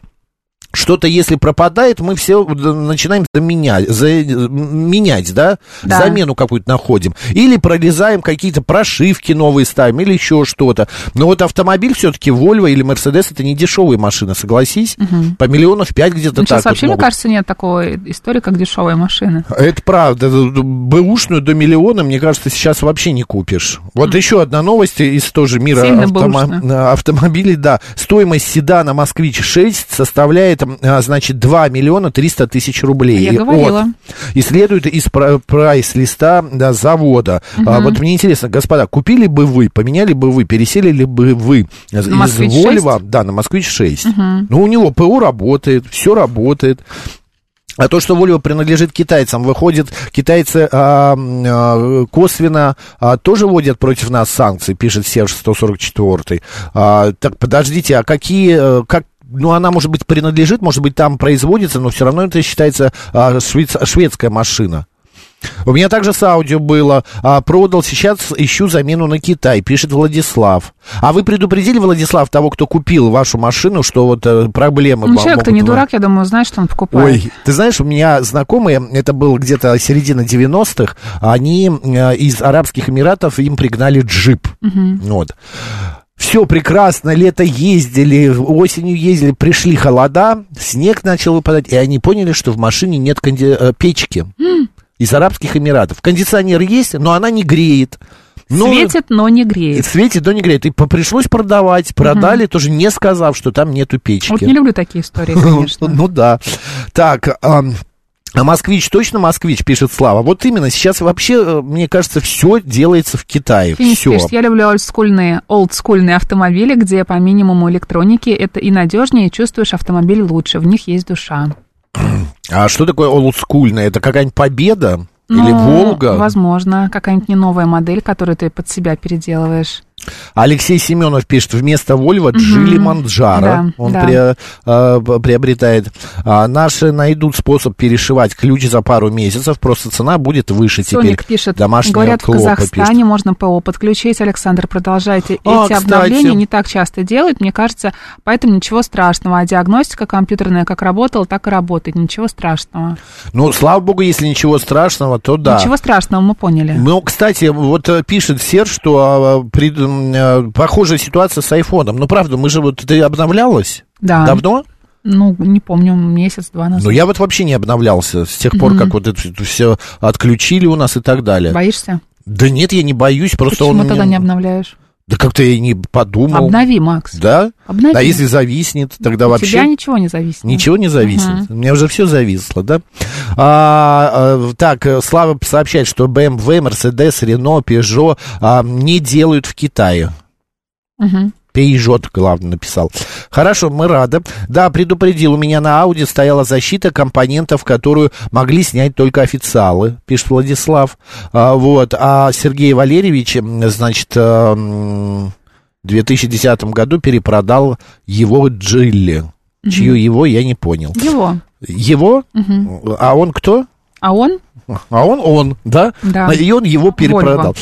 что-то, если пропадает, мы все д- начинаем заменять, за- м, менять, да?
Да.
Замену какую-то находим. Или прорезаем какие-то прошивки новые ставим, или еще что-то. Но вот автомобиль все-таки Volvo или Mercedes это не дешевые машины, согласись?
Мгм.
По миллионов пять
Ну,
где-то так
сейчас
вот
вообще, мне
могут.
кажется, нет такой истории, как дешевая машина.
Это правда. Бэушную до миллиона, мне кажется, сейчас вообще не купишь. Вот еще одна новость из тоже мира
Сильно
автомо-
бэушная.
автомобилей. Да, стоимость седана «Москвич-6» составляет, м, а, значит, 2 миллиона 300 тысяч рублей.
Я
И
говорила.
от- И следует из пра- прайс-листа да, завода. А,
Мгм.
вот мне интересно, господа, купили бы вы, поменяли бы вы, пересели ли бы вы э, из из
«Москвич-6»?
Volvo, да, на «Москвич-6».
Мгм.
Ну, у него ПО работает, все работает. А то, что Volvo принадлежит китайцам, выходит, китайцы а, а, косвенно а, тоже вводят против нас санкции, пишет Серж 144. А, так подождите, а какие, как, ну, она, может быть, принадлежит, может быть, там производится, но все равно это считается а, швейц, шведская машина. У меня также с аудио было. А, продал, сейчас ищу замену на Китай, пишет Владислав. А вы предупредили, Владислав, того, кто купил вашу машину, что вот э, проблемы...
Ну, человек-то не дурак, я думаю, знает, что он покупает.
Ой, ты знаешь, у меня знакомые, это был где-то середина 90-х, они э, из Арабских Эмиратов, им пригнали джип.
Мгм.
Вот. Все прекрасно, лето ездили, осенью ездили, пришли холода, снег начал выпадать, и они поняли, что в машине нет конди- э, печки из Арабских Эмиратов. Кондиционер есть, но она не греет. Ну,
Светит, но не греет.
Светит, но не греет. И по- пришлось продавать, продали, тоже не сказав, что там нету печки.
Вот не люблю такие истории, конечно.
Ну да. Так, ам, а москвич точно москвич, пишет Слава. Вот именно сейчас вообще, э, мне кажется, все делается в Китае.
Финис
Все.
пишет, я люблю олдскульные, олдскульные автомобили, где по минимуму электроники. Это и надежнее, и чувствуешь автомобиль лучше. В них есть душа.
А что такое олдскульное? Это какая-нибудь победа? Или
Ну,
Волга?
Возможно, какая-нибудь не новая модель, которую ты под себя переделываешь.
Алексей Семенов пишет, вместо Вольва Джили Манджара.
Да,
Он
да.
пре- э, п- приобретает. А наши найдут способ перешивать ключ за пару месяцев, просто цена будет выше
Соник
теперь.
пишет,
Домашняя
говорят, в
клопа
Казахстане
пишет.
можно ПО подключить. Александр, продолжайте.
А,
Эти
кстати.
обновления не так часто делают, мне кажется, поэтому ничего страшного. А диагностика компьютерная как работала, так и работает. Ничего страшного.
Ну, слава богу, если ничего страшного, то да.
Ничего страшного, мы поняли.
Ну, кстати, вот э, пишет Серж, что а, при- м, э, похожая ситуация с айфоном. Ну, правда, мы же вот... Ты обновлялась?
Да.
Давно?
Ну, не помню, месяц-два назад.
Ну, я вот вообще не обновлялся с тех пор,
Мгм.
как вот это все отключили у нас и так далее.
Боишься?
Да нет, я не боюсь, Ну, просто
Почему
он... у
тогда
меня-
не обновляешь?
Да как-то я и не подумал.
Обнови, Макс.
Да?
Обнови.
А если зависнет, тогда
У
вообще...
тебя ничего не зависит.
Ничего не зависнет. У меня уже все зависло, да? А, а, так, э, Слава сообщает, что BMW, Mercedes, Renault, Peugeot а, не делают в Китае.
Мгм.
Пейжот, главное, написал. Хорошо, мы рады. Да, предупредил, у меня на Ауди стояла защита компонентов, которую могли снять только официалы, пишет Владислав. А, вот, а Сергей Валерьевич, м, значит, а, м, в 2010 году перепродал его Джилли.
Мгм.
Чью его, я не понял.
Его.
Его?
Мгм.
А он кто?
А он?
А он он, да?
Да.
И он его
Вольво.
перепродал.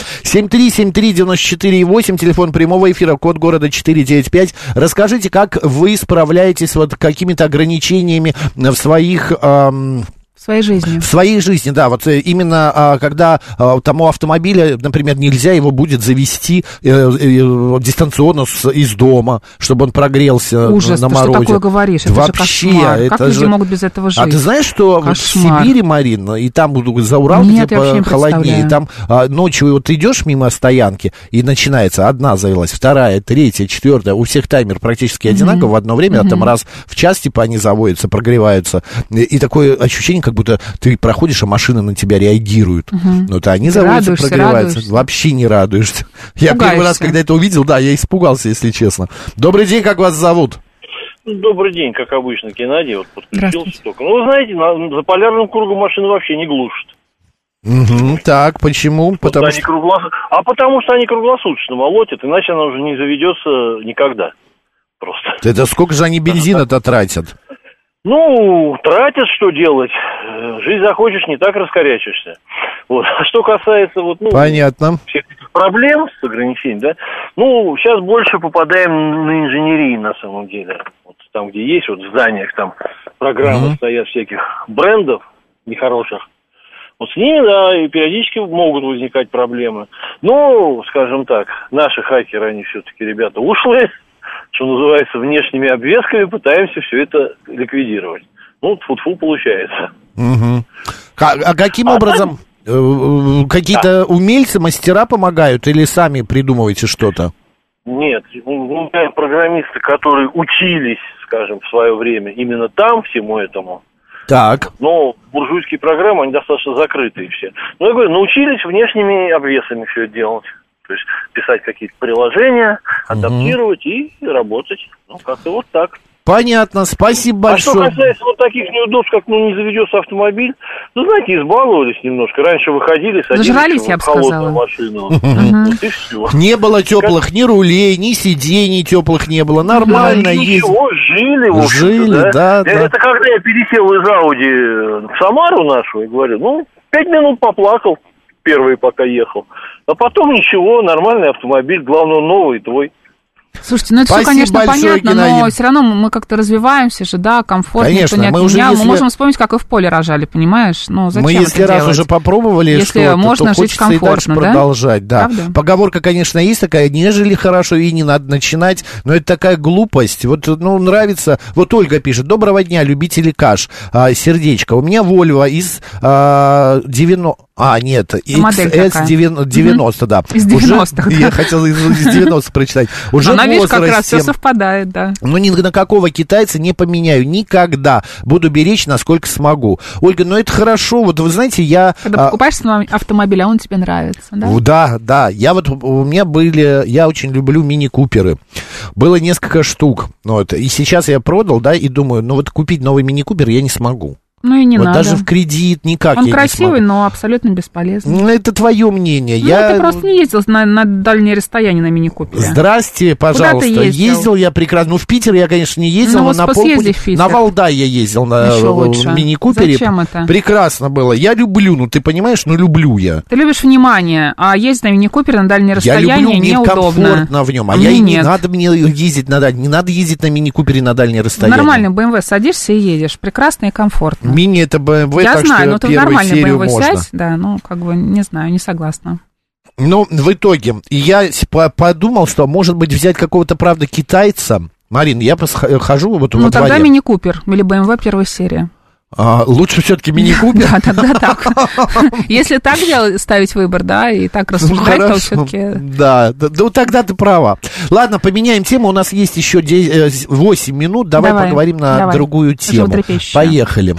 7373948, телефон прямого эфира, код города 495. Расскажите, как вы справляетесь вот какими-то ограничениями в своих... эм,
В своей жизни.
в своей жизни, да, вот э, именно а, когда а, тому автомобиля, например, нельзя его будет завести э, э, дистанционно с- из дома, чтобы он прогрелся э,
Ужас,
на
ты что
морозе.
такое говоришь? Это же
Вообще,
кошмар. Как
это
люди
же-
могут без этого
А
жить?
ты знаешь, что вот в
Кошмар.
Сибири, Марина, и там ну, за Урал,
Нет,
где
я вообще не
холоднее,
представляю.
там а, ночью вот идешь мимо стоянки, и начинается одна завелась, вторая, третья, четвертая, у всех таймер практически одинаково в одно время, а там
Мгм.
раз в час типа они заводятся, прогреваются, и, и такое ощущение, как будто ты проходишь, а машины на тебя реагируют.
Мгм.
Но то они
Ты
заводятся,
радуешься,
прогреваются,
радуешься.
вообще не радуешься. Я первый раз,
Пугаешься.
когда это увидел, да, я испугался, если честно. Добрый день, как вас зовут?
Ну, Добрый день, как обычно, Геннадий. Вот
подключился
только. Ну, вы знаете, на- за полярным кругом машины вообще не глушат.
Мгм, так, почему? Ну, Потому
Они
что...
круглос- А потому что они круглосуточно молотят, иначе она уже не заведется никогда. Просто.
Это сколько же они бензина-то тратят?
Ну, тратят, что делать. Э, Жизнь захочешь, не так раскорячишься. Вот. А что касается вот, ну,
Понятно.
всех этих проблем с ограничением, да, ну, сейчас больше попадаем на инженерии, на самом деле. Вот там, где есть, вот в зданиях там программы
Мгм.
стоят всяких брендов нехороших. Вот с ними, да, и периодически могут возникать проблемы. Ну, скажем так, наши хакеры, они все-таки, ребята, ушлые, что называется, внешними обвесками пытаемся все это ликвидировать. Ну, тфу-тфу получается.
Мгм. Ка- А каким образом э, э, какие-то умельцы, мастера помогают или сами придумываете что-то?
Нет, у у меня программисты, которые учились, скажем, в свое время именно там всему этому,
Так.
но буржуйские программы, они достаточно закрытые все. Но я говорю, научились внешними обвесами все это делать. То есть писать какие-то приложения,
Мгм.
адаптировать и работать. Ну, как-то вот так.
Понятно, спасибо большое.
А что касается вот таких неудобств, как ну не заведется автомобиль, ну знаете, избаловались немножко. Раньше выходили, садились
Зажрались,
в
я бы
холодную
сказала.
машину.
Мгм.
Вот и все.
Не было теплых ни рулей, ни сидений теплых не было. Нормально ездили.
Ничего, жили, в общем-то,
Жили, да, да.
Я- Это когда я пересел из Ауди в Самару нашу, и говорю, ну, пять минут поплакал, первые пока ехал. А потом ничего, нормальный автомобиль, главное, новый твой.
Слушайте, ну это
Спасибо
все, конечно,
большое,
понятно, но
Геннадий.
все равно мы как-то развиваемся же, да, комфорт
Конечно,
никто не
мы уже
отменял.
если-
Мы можем вспомнить, как и в поле рожали, понимаешь? Ну, зачем
Мы если
это
раз
делать?
уже попробовали
Если
что-то,
можно
то
жить
хочется и дальше
комфортно, да?
продолжать. Да.
Правда?
Поговорка, конечно, есть такая, нежели хорошо и не надо начинать, но это такая глупость. Вот, ну, нравится. Вот Ольга пишет, доброго дня, любители каш, А, сердечко. У меня Volvo из а, 90... А, нет,
Модель
XS
такая.
90, да.
Из
Уже-
90-х, да.
Я хотел из, из 90 прочитать. Уже
Она, видишь, А как
возраст
раз все
тем-
совпадает, да.
но ни на какого китайца не поменяю никогда. Буду беречь, насколько смогу. Ольга, ну это хорошо. Вот вы знаете, я...
Когда
а,
покупаешь сам автомобиль, а он тебе нравится, да?
в- да, да. Я вот, у меня были, я очень люблю мини-куперы. Было несколько штук. Вот. И сейчас я продал, да, и думаю, ну вот купить новый мини-купер я не смогу.
Ну и не
вот
надо.
даже в кредит никак
он
я
красивый,
не смогу.
но абсолютно бесполезный.
Ну, это твое мнение.
Ну,
я...
ты просто не ездил на, на дальние расстояния на мини-купере.
Здрасте, пожалуйста.
ездил?
Ездил я прекрасно. Ну, в Питер я, конечно, не
Ну,
ездил, но
вот
на
спа-
полпути-
съезди в Питер.
На Валдай я ездил на
Ещё
э,
лучше.
мини-купере.
Зачем это?
Прекрасно было. Я люблю, ну ты понимаешь, ну люблю я.
Ты любишь внимание, а ездить на мини-купере на дальние
Я
расстояния
люблю, мне
неудобно.
комфортно в нем. А я
мне
и не
нет.
надо мне ездить на дальние. Не надо ездить на мини-купере на дальние
В
расстояния.
нормальный BMW садишься и едешь. Прекрасно и комфортно.
Мини это BMW,
я
так
знаю, ну, но ты
что
в
первую
нормальный
серию
BMW
можно.
сядь, да, ну, как бы, не знаю, не согласна.
Ну, в итоге, я с- по- подумал, что, может быть, взять какого-то, правда, китайца. Марин, я посх- э, хожу вот
ну,
во
тогда
дворе.
мини-купер или BMW первой серии.
А, лучше все-таки мини-купер.
Да, тогда так. Если так делать, ставить выбор, да, и так рассуждать, то
Ну, хорошо.
все-таки...
Да, да, да, вот тогда ты права. Ладно, поменяем тему. У нас есть еще 8 минут. Давай,
Давай,
поговорим на
давай.
другую тему.
Животрепещущая.
Поехали.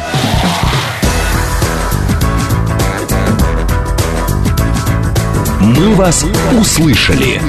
Мы вас услышали.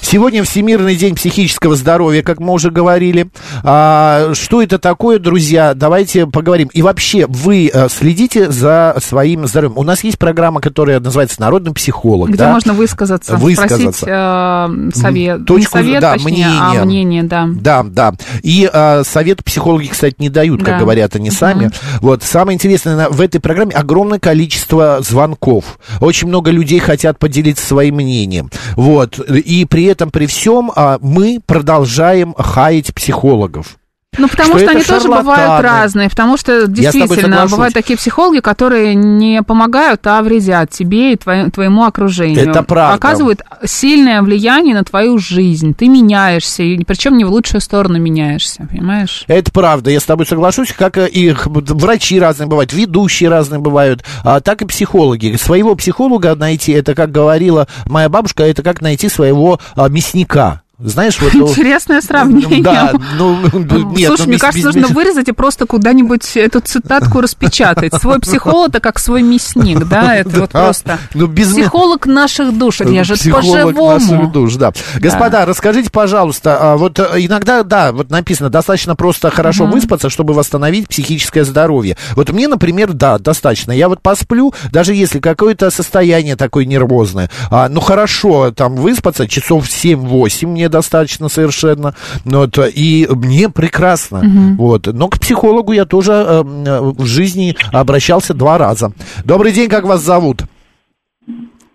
Сегодня Всемирный день психического здоровья, как мы уже говорили. А, что это такое, друзья? Давайте поговорим. И вообще, вы э, следите за своим здоровьем. У нас есть программа, которая называется «Народный психолог».
Где
да?
можно высказаться, спросить э, совет, не
М, точку-
совет,
да,
точнее,
мнение.
а мнение, да.
Да, да. И э, совет психологи, кстати, не дают, как
Да.
говорят они сами. Вот самое интересное на- в этой программе огромное количество звонков. Очень много людей хотят поделиться своим мнением. Вот и при этом при всем а, мы продолжаем хаять психологов.
Ну, потому
Что
что,
это
они тоже бывают
шарлатаны.
разные, потому что
с тобой
действительно
соглашусь.
бывают такие психологи, которые не помогают, а вредят тебе и твои- твоему окружению.
Это правда.
Оказывают сильное влияние на твою жизнь. Ты меняешься, и причем не в лучшую сторону меняешься, понимаешь?
Это правда, я с тобой соглашусь, как э, и х- врачи разные бывают, ведущие разные бывают, а так и психологи. Своего психолога найти, это как говорила моя бабушка, это как найти своего а, мясника. Знаешь, вот... э,
Интересное сравнение.
Да, ну, нет,
Слушай,
ну,
мне
без-
кажется,
без-
нужно вырезать и просто куда-нибудь эту цитатку распечатать. Свой психолог, это как свой мясник, да, это вот
Да,
просто.
ну, без-
Психолог наших душ режет
Психолог наших
по-живому.
душ, да. Господа, расскажите, пожалуйста, а, вот а, иногда, да, вот написано, достаточно просто хорошо выспаться, чтобы восстановить психическое здоровье. Вот мне, например, да, достаточно. Я вот посплю, даже если какое-то состояние такое нервозное. А, ну, хорошо, там, выспаться часов 7-8 мне достаточно совершенно. Ну, вот, и мне прекрасно.
Мгм.
Вот. Но к психологу я тоже эм, э, в жизни обращался два раза. Добрый день, как вас зовут?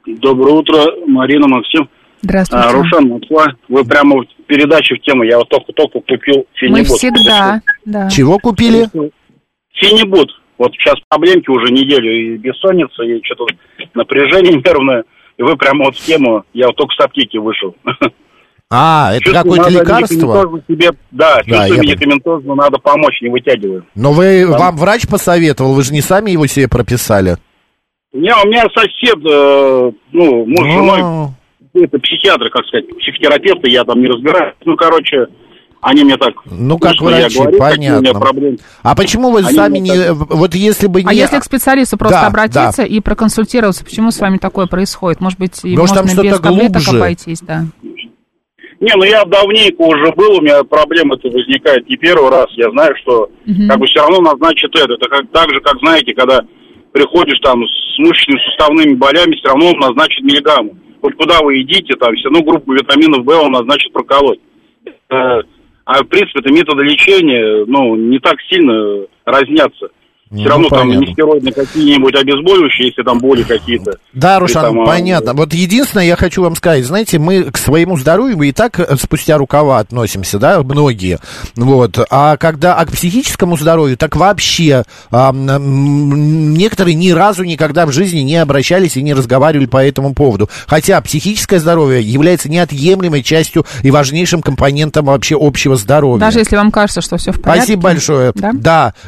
Доброе утро, Марина, Максим.
Здравствуйте.
А, Рушан, Москва. Вы прямо в передаче в тему. Я вот только-только купил
Мы
финибут.
всегда, да.
Чего купили?
Финибут. Ну, Вот сейчас проблемки уже неделю и бессонница, и что-то напряжение нервное. И вы прямо вот в тему. Я вот только с аптеки вышел.
А, это
Чувствую,
какое-то
надо
лекарство?
медикаментозно Себе, да,
Да, я
чувствую
понял.
медикаментозно, надо помочь, не вытягиваю.
Но вы, вам врач посоветовал, вы же не сами его себе прописали.
Не, у меня сосед, э, ну, муж с женой,
Ну.
это психиатры, как сказать, психотерапевты, я там не разбираюсь. Ну, короче, они мне так...
Ну, как
слышно, я
врачи,
говорю, какие у меня
понятно.
проблемы.
А почему вы
Они
сами
мне
не...
так-
Вот если бы не...
А если к специалисту просто
Да,
обратиться
да.
и проконсультироваться, почему с вами такое происходит? Может быть, и
Может, там
можно без
что-то
таблеток
глубже?
обойтись, да.
Не, ну я давненько уже был, у меня проблема это возникает не первый раз. Я знаю, что
Мгм.
как бы все равно назначат это. Это как, так же, как знаете, когда приходишь там с мышечными суставными болями, все равно он назначит миллиграмму. Хоть куда вы идите, там все равно группу витаминов В он назначит проколоть. Э, А в принципе это методы лечения, ну, не так сильно разнятся. Все
Ну,
равно там
понятно.
не стероидные какие-нибудь обезболивающие, если там боли какие-то.
Да,
Или
Рушан,
там, а,
понятно. Вот единственное, я хочу вам сказать, знаете, мы к своему здоровью мы и так э, спустя рукава относимся, да, многие. Вот. А когда а к психическому здоровью, так вообще а, м, м, некоторые ни разу никогда в жизни не обращались и не разговаривали по этому поводу. Хотя психическое здоровье является неотъемлемой частью и важнейшим компонентом вообще общего здоровья.
Даже если вам кажется, что все в порядке.
Спасибо большое. Да?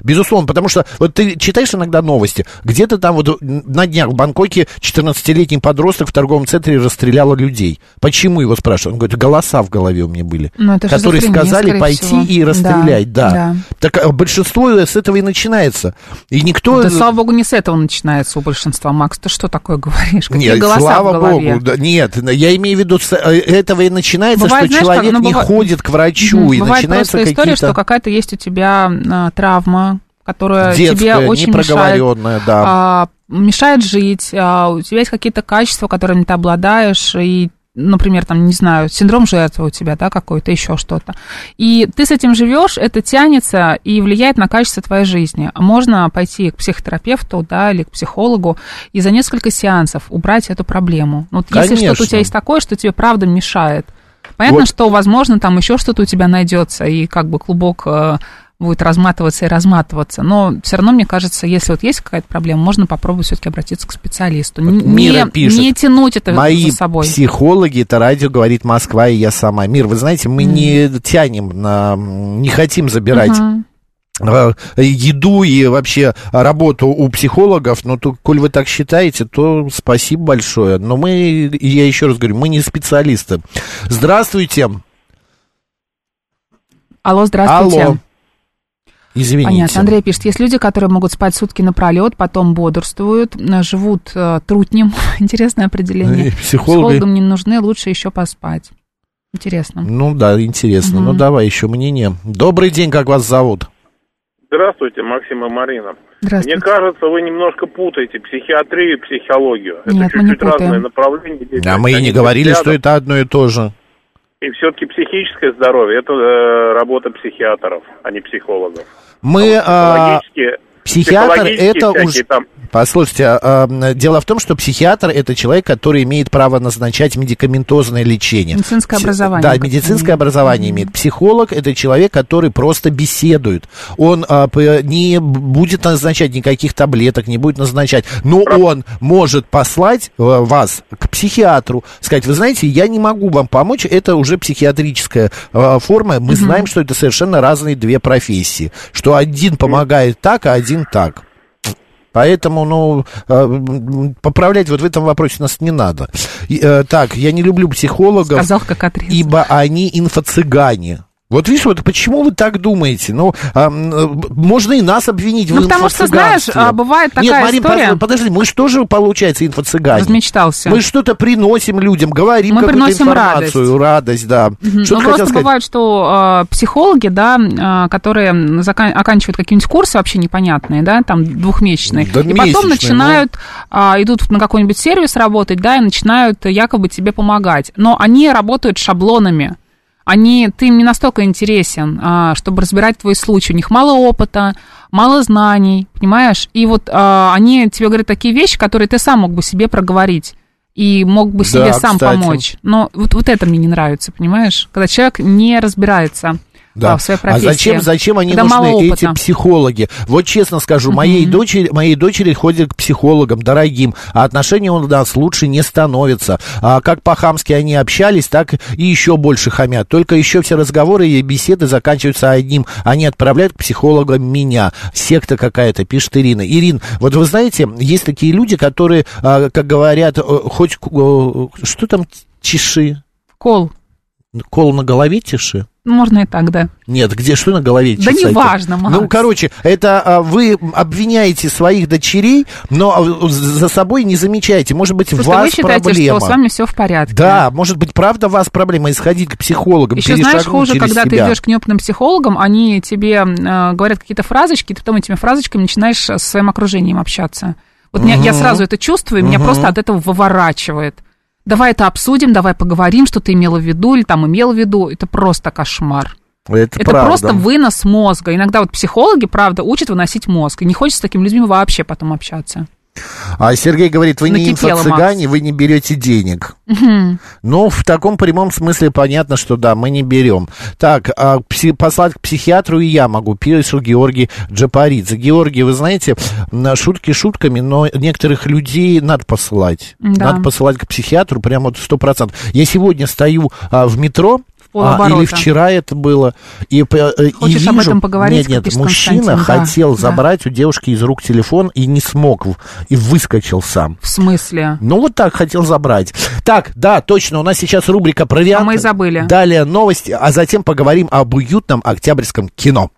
безусловно, потому что вот ты читаешь иногда новости, где-то там вот на днях в Бангкоке 14-летний подросток в торговом центре расстрелял людей. Почему его спрашивают? Он говорит, голоса в голове у меня были,
Ну, это
которые
шизофрения,
сказали
скорее
пойти
всего.
и расстрелять, да.
Да,
Так а, большинство с этого и начинается. И никто...
Да, слава богу, не с этого начинается у большинства, Макс. Ты что такое говоришь? Какие
Нет,
голоса в
слава
голове?
богу, да, нет, я имею в виду, с э, этого и начинается,
Бывает,
что
знаешь, как,
человек
ну,
не
быва-
ходит к врачу,
Мгм.
и
Бывает
начинаются
просто история, что
какие-то
какая-то есть у тебя а, травма, которая
детская,
тебе очень мешает.
непроговоренная, да.
а, мешает жить, а, у тебя есть какие-то качества, которыми ты обладаешь, и, например, там, не знаю, синдром жертвы у тебя, да, какой-то, еще что-то. И ты с этим живешь, это тянется и влияет на качество твоей жизни. Можно пойти к психотерапевту, да, или к психологу и за несколько сеансов убрать эту проблему. Ну, Вот если что-то у
Конечно.
тебя есть такое, что тебе правда мешает. Понятно,
Вот.
что, возможно, там еще что-то у тебя найдется, и как бы клубок э, будет разматываться и разматываться. Но все равно, мне кажется, если вот есть какая-то проблема, можно попробовать все-таки обратиться к специалисту. Не-
Мира
не,
пишет.
не тянуть это
Мои
за собой.
психологи, это радио говорит Москва и я сама. Мир, вы знаете, мы
Мгм.
не тянем, на, не хотим забирать.
Мгм.
э, еду и вообще работу у психологов, но то, коль вы так считаете, то спасибо большое. Но мы, и я еще раз говорю, мы не специалисты. Здравствуйте.
Алло, здравствуйте.
Алло. Извините.
Понятно. Андрей пишет, есть люди, которые могут спать сутки напролет, потом бодрствуют, э, живут э, трутнем. Интересное определение.
Э, психологи.
Психологам не нужны, лучше еще поспать. Интересно.
Ну да, интересно.
Мгм.
Ну давай еще мнение. Добрый день, как вас зовут?
Здравствуйте, Максим и Марина.
Здравствуйте.
Мне кажется, вы немножко путаете психиатрию и психологию.
Нет,
это
мы не
чуть-чуть разные
путаем.
направления.
А мы и не
Они
говорили,
рядом.
что это одно и то же.
И все-таки психическое здоровье – это э, работа психиатров, а не психологов.
Мы... а,
Психологические-
Психиатр
психологические
это
всякие
уж...
там-
Послушайте, а, а, дело в том, что психиатр это человек, который имеет право назначать медикаментозное лечение.
Медицинское
Пси-
образование,
Да,
как
медицинское образование имеет. Психолог это человек, который просто беседует. Он а, п- не будет назначать никаких таблеток, не будет назначать. Но он может послать э, вас к психиатру, сказать, вы знаете, я не могу вам помочь, это уже психиатрическая э, форма. Мы знаем, что это совершенно разные две профессии, что один помогает так, а один так. Поэтому, ну, э, м, поправлять вот в этом вопросе нас не надо. И, э, так, я не люблю психологов.
Сказал, как отрезал.
Ибо они инфо-цыгане. Вот видишь, вот почему вы так думаете? Ну, а, м, э, можно и нас обвинить в
Ну, потому что, знаешь,
инфо-цыганстве.
а, бывает
Нет,
такая
Марин,
история-
под- подожди, мы что же, получается, инфо-цыгане?
Размечтался.
Мы что-то приносим людям, говорим
Мы
какую-то
приносим
информацию. Радость. да.
Мгм.
Что
Ну,
ты
просто
хотел сказать?
бывает, что э, психологи, да, э, которые закан- оканчивают какие-нибудь курсы вообще непонятные, да, там двухмесячные,
Да,
и
месячные,
потом
ну.
начинают, а, идут на какой-нибудь сервис работать, да, и начинают якобы тебе помогать. Но они работают шаблонами. Они, ты им не настолько интересен, а, чтобы разбирать твой случай. У них мало опыта, мало знаний, понимаешь? И вот а, они тебе говорят такие вещи, которые ты сам мог бы себе проговорить и мог бы
Да,
себе сам
кстати.
помочь. Но вот, вот это мне не нравится, понимаешь? Когда человек не разбирается
Да.
а, в своей
а
профессии.
зачем, зачем они
Когда мало
нужны,
опыта.
эти психологи? Вот честно скажу, моей, дочери, моей дочери ходит к психологам, дорогим, а отношения у нас лучше не становятся. А как по-хамски они общались, так и еще больше хамят. Только еще все разговоры и беседы заканчиваются одним. Они отправляют к психологам меня. Секта какая-то, пишет Ирина. Ирин, вот вы знаете, есть такие люди, которые, а, как говорят, э, хоть... к- э, Что там тиши?
Кол.
Кол на голове тиши?
Можно и так, да.
Нет, где что на голове?
Да
чесать-то?
неважно, Макс.
Ну, короче, это а, вы обвиняете своих дочерей, но а, за собой не замечаете. Может быть,
Потому
у вас
что а вы считаете,
проблема.
что с вами все в порядке.
Да, может быть, правда у вас проблема, и сходить к психологам,
Еще знаешь,
перешагнуть
хуже,
через
когда ты
себя.
идешь к неопытным психологам, они тебе э, говорят какие-то фразочки, и ты потом этими фразочками начинаешь э, со своим окружением общаться. Вот меня- я
Мгм.
сразу это чувствую, и меня
Мгм.
просто от этого выворачивает. Давай это обсудим, давай поговорим, что ты имела в виду или там имел в виду. Это просто кошмар.
Это,
Это
правда.
просто вынос мозга. Иногда вот психологи, правда, учат выносить мозг. И не хочется с такими людьми вообще потом общаться.
А Сергей говорит, вы не
Накипело,
инфо-цыгане, вы не берете денег.
Мгм.
Ну, в таком прямом смысле понятно, что да, мы не берем. Так, а пси- послать к психиатру и я могу, пишет Георгий Джапаридзе. Георгий, вы знаете, на шутки шутками, но некоторых людей надо посылать.
Да.
Надо посылать к психиатру прямо вот сто процентов. Я сегодня стою а, в метро, а,
полоборота.
или вчера это было, и, п- э, и
Хочешь об
вижу-
этом поговорить, как
Нет, нет,
пишет
мужчина
Константин, да,
хотел
да.
забрать у девушки из рук телефон и не смог, в- и выскочил сам.
В смысле?
Ну, вот так хотел забрать. Так, да, точно, у нас сейчас рубрика «Провиант».
А мы и забыли.
Далее новости, а затем поговорим об уютном октябрьском кино.